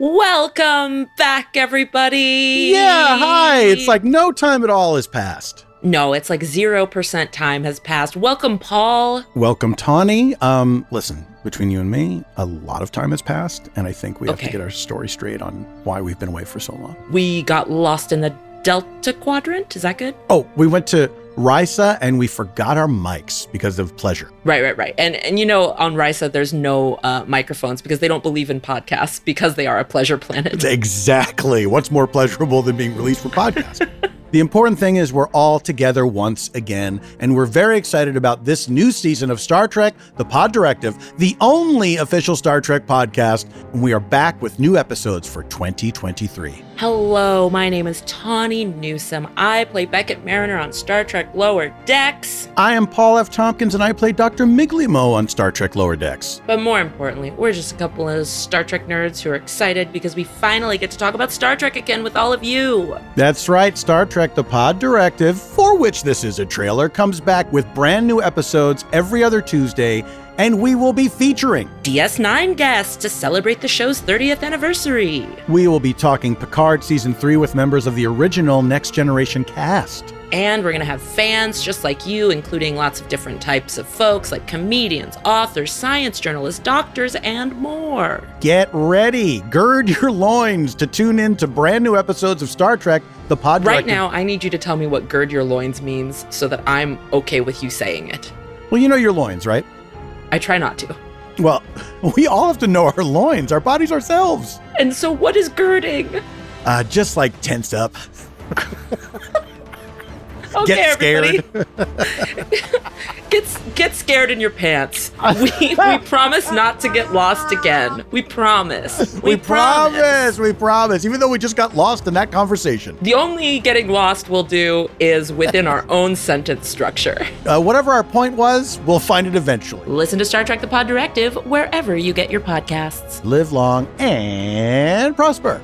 Welcome back, everybody. Yeah, hi. It's like no time at all has passed. no, it's like zero percent time has passed. Welcome, Paul. Welcome, Tawny. Um, listen, between you and me, a lot of time has passed, and I think we have Okay. to get our story straight on why we've been away for so long. We got lost in the Delta Quadrant. Is that good? Oh, we went to Risa and we forgot our mics because of pleasure. Right, right, right. And and you know, on Risa, there's no uh, microphones because they don't believe in podcasts because they are a pleasure planet. Exactly. What's more pleasurable than being released for podcast? the important thing is we're all together once again, and we're very excited about this new season of Star Trek: The Pod Directive, the only official Star Trek podcast, and we are back with new episodes for 2023. Hello, my name is Tawny Newsom. I play Beckett Mariner on Star Trek Lower Decks. I am Paul F. Tompkins, and I play Dr. Miglimo on Star Trek Lower Decks. But more importantly, we're just a couple of Star Trek nerds who are excited because we finally get to talk about Star Trek again with all of you. That's right, Star Trek The Pod Directive, for which this is a trailer, comes back with brand new episodes every other Tuesday, and we will be featuring. DS9 guests to celebrate the show's 30th anniversary. We will be talking Picard Season 3 with members of the original Next Generation cast. And we're going to have fans just like you, including lots of different types of folks like comedians, authors, science journalists, doctors, and more. Get ready, gird your loins to tune in to brand new episodes of Star Trek The Pod Right Directive. now, I need you to tell me what gird your loins means so that I'm okay with you saying it. Well, you know your loins, right? I try not to. Well, we all have to know our loins, our bodies ourselves. And so, what is girding? Uh, just like tense up. Okay, Get scared. everybody. get, s- get scared in your pants. We, we promise not to get lost again. We promise. We, promise. we promise. Even though we just got lost in that conversation. The only getting lost we'll do is within our own sentence structure. Uh, whatever our point was, we'll find it eventually. Listen to Star Trek The Pod Directive wherever you get your podcasts. Live long and prosper.